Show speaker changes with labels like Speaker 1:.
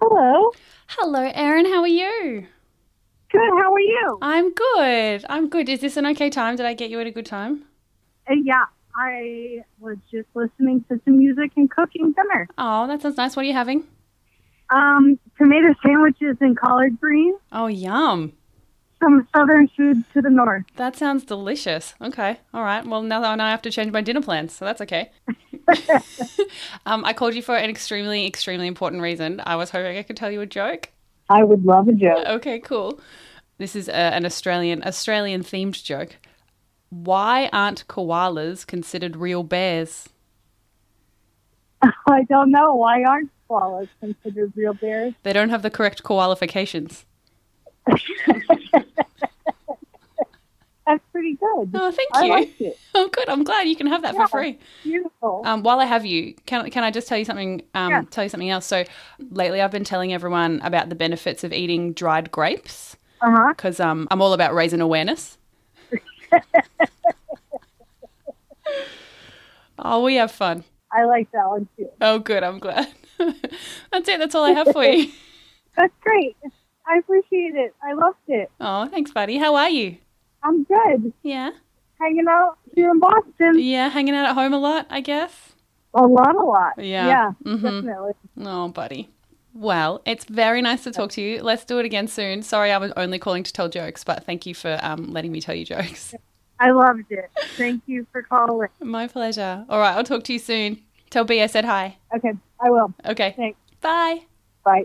Speaker 1: Hello.
Speaker 2: Hello, Erin. How are you?
Speaker 1: Good. How are you?
Speaker 2: I'm good. I'm good. Is this an okay time? Did I get you at a good time?
Speaker 1: Uh, yeah, I was just listening to some music and cooking dinner.
Speaker 2: Oh, that sounds nice. What are you having?
Speaker 1: Um, tomato sandwiches and collard greens.
Speaker 2: Oh, yum.
Speaker 1: Some southern food to the north.
Speaker 2: That sounds delicious. Okay. All right. Well, now that I know I have to change my dinner plans, so that's okay. um, I called you for an extremely, extremely important reason. I was hoping I could tell you a joke.
Speaker 1: I would love a joke.
Speaker 2: Okay, cool. This is a, an Australian Australian themed joke. Why aren't koalas considered real bears?
Speaker 1: I don't know why aren't koalas considered real bears.
Speaker 2: They don't have the correct qualifications.
Speaker 1: That's pretty good.
Speaker 2: Oh, thank
Speaker 1: I
Speaker 2: you.
Speaker 1: liked it.
Speaker 2: Oh, good. I'm glad you can have that
Speaker 1: Yeah.
Speaker 2: for free.
Speaker 1: Beautiful.
Speaker 2: Um, while I have you, can can I just tell you something? Um,
Speaker 1: Yeah.
Speaker 2: Tell you something else. So lately, I've been telling everyone about the benefits of eating dried grapes
Speaker 1: Uh huh.
Speaker 2: because um, I'm all about raising awareness. oh, we have fun.
Speaker 1: I like that one too.
Speaker 2: Oh, good. I'm glad. That's it. That's all I have for you.
Speaker 1: That's great. I appreciate it. I loved it.
Speaker 2: Oh, thanks, buddy. How are you?
Speaker 1: I'm good.
Speaker 2: Yeah.
Speaker 1: Hanging out here in Boston
Speaker 2: Yeah. Hanging out at home a lot, I guess.
Speaker 1: a lot, a lot.
Speaker 2: Yeah.
Speaker 1: Yeah.
Speaker 2: Mhm.
Speaker 1: Definitely.
Speaker 2: Oh, buddy. Well, it's very nice to talk to you. Let's do it again soon. Sorry, I was only calling to tell jokes, but thank you for um, letting me tell you jokes.
Speaker 1: I loved it. Thank you for calling.
Speaker 2: My pleasure. All right, I'll talk to you soon. Tell B I said hi.
Speaker 1: Okay, I will.
Speaker 2: Okay.
Speaker 1: Thanks.
Speaker 2: Bye.
Speaker 1: Bye.